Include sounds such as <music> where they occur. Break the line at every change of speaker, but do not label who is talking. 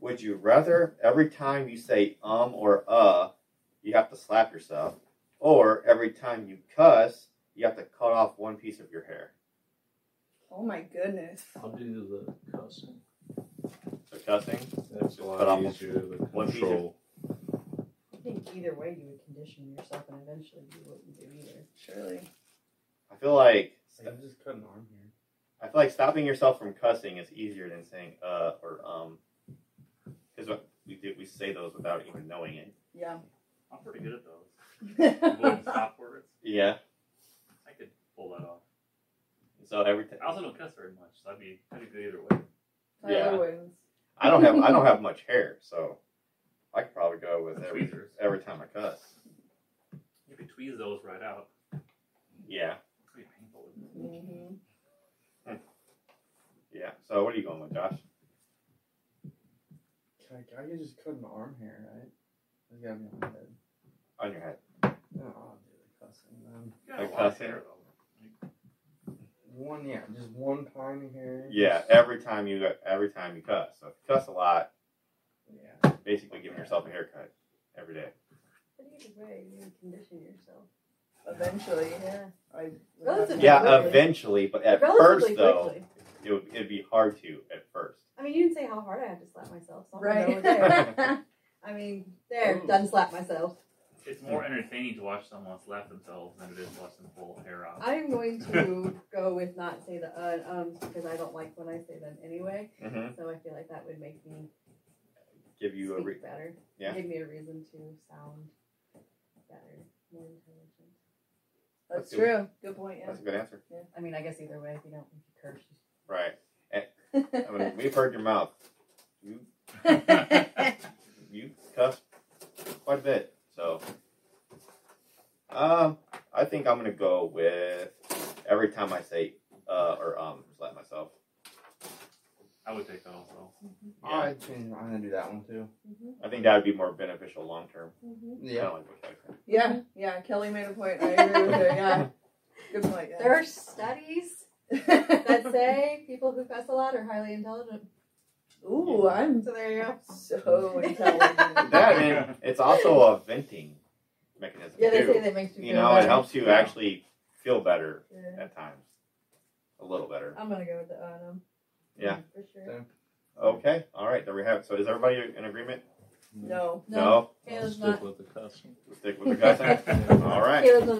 Would you rather every time you say um or uh, you have to slap yourself, or every time you cuss, you have to cut off one piece of your hair?
Oh my goodness.
I'll do the cussing.
So cussing.
That's a
Cut off
lot easier to
one piece of-
control.
I think either way you would condition yourself and eventually you wouldn't do either.
Surely.
I feel like
I'm just cutting arm here.
I feel like stopping yourself from cussing is easier than saying uh or um, because we do we say those without even knowing it. <laughs>
Yeah.
I'm pretty good at those. Little
That's
stop words.
Yeah.
I could pull that off.
So every time
I also don't cuss very much, so I'd be pretty good either way.
Yeah.
wins.
I don't have I don't have much hair, so I could probably go with every
Tweezers.
every time I cuss.
You could tweeze those right out.
Yeah.
Pretty painful.
Mm-hmm.
Yeah. So what are you going with, Josh?
Can I, I could just cut an arm hair, right? It's gotta be on my head.
On your head.
No, I'll do the cussing then.
You got a
Like
lot of
cussing?
hair though.
One, yeah, just one pine hair.
Yeah, every time you every time you cuss. So if you cuss a lot,
Yeah.
basically giving yourself a haircut every day.
But either way you would condition yourself.
Eventually.
Yeah.
I
Relatively
Yeah, um,
Really?
eventually, but at
Relatively
first though,
quickly.
it would it'd be hard to at first.
I mean you didn't say how hard I had to slap myself, so I'm gonna go
Right.
with <laughs> there.
<laughs>
I mean, there,
Ooh.
done slap myself.
It's more entertaining to watch someone slap themselves than it is to watch them pull
<laughs>
hair out. <laughs>
I'm going to go with not say the uh and ums because I don't like when I say them anyway.
Mm-hmm.
So I feel like that would make me
Give you a
speak
re-
better.
Yeah.
Give me a reason to sound better, more intelligent.
That's true. Good point. Yeah.
that's a good answer,
I mean, I guess either way, if you don't if
right?
you
I <laughs> mean, we've heard your mouth. You you cuss quite a bit. So, um, I think I'm gonna go with every time I say uh or um slap myself.
I would take that also.
Yeah,
I change. I'm gonna do that one too.
I think that would be more beneficial long term. I
Yeah.
don't like what Kelly said.
yeah. Yeah. Kelly made a point. I agree with her. Yeah. Good point.
There
Yeah.
are studies that
That's
say people who cuss a lot are highly intelligent.
Ooh, I'm
So there you go.
so intelligent.
That and it's also a venting mechanism
Yeah, they say
too.
that makes you
You
feel
know, it
better.
helps you
Yeah.
actually feel better
Yeah.
at times, a little better.
I'm gonna go with the uh, and um.
Yeah.
For sure.
Okay, all right, there we have it. So is everybody in agreement?
no.
No.
No,
Caleb's
I'll
not.
stick with the cussing.
<laughs>
stick with the cussing. All right.
Caleb's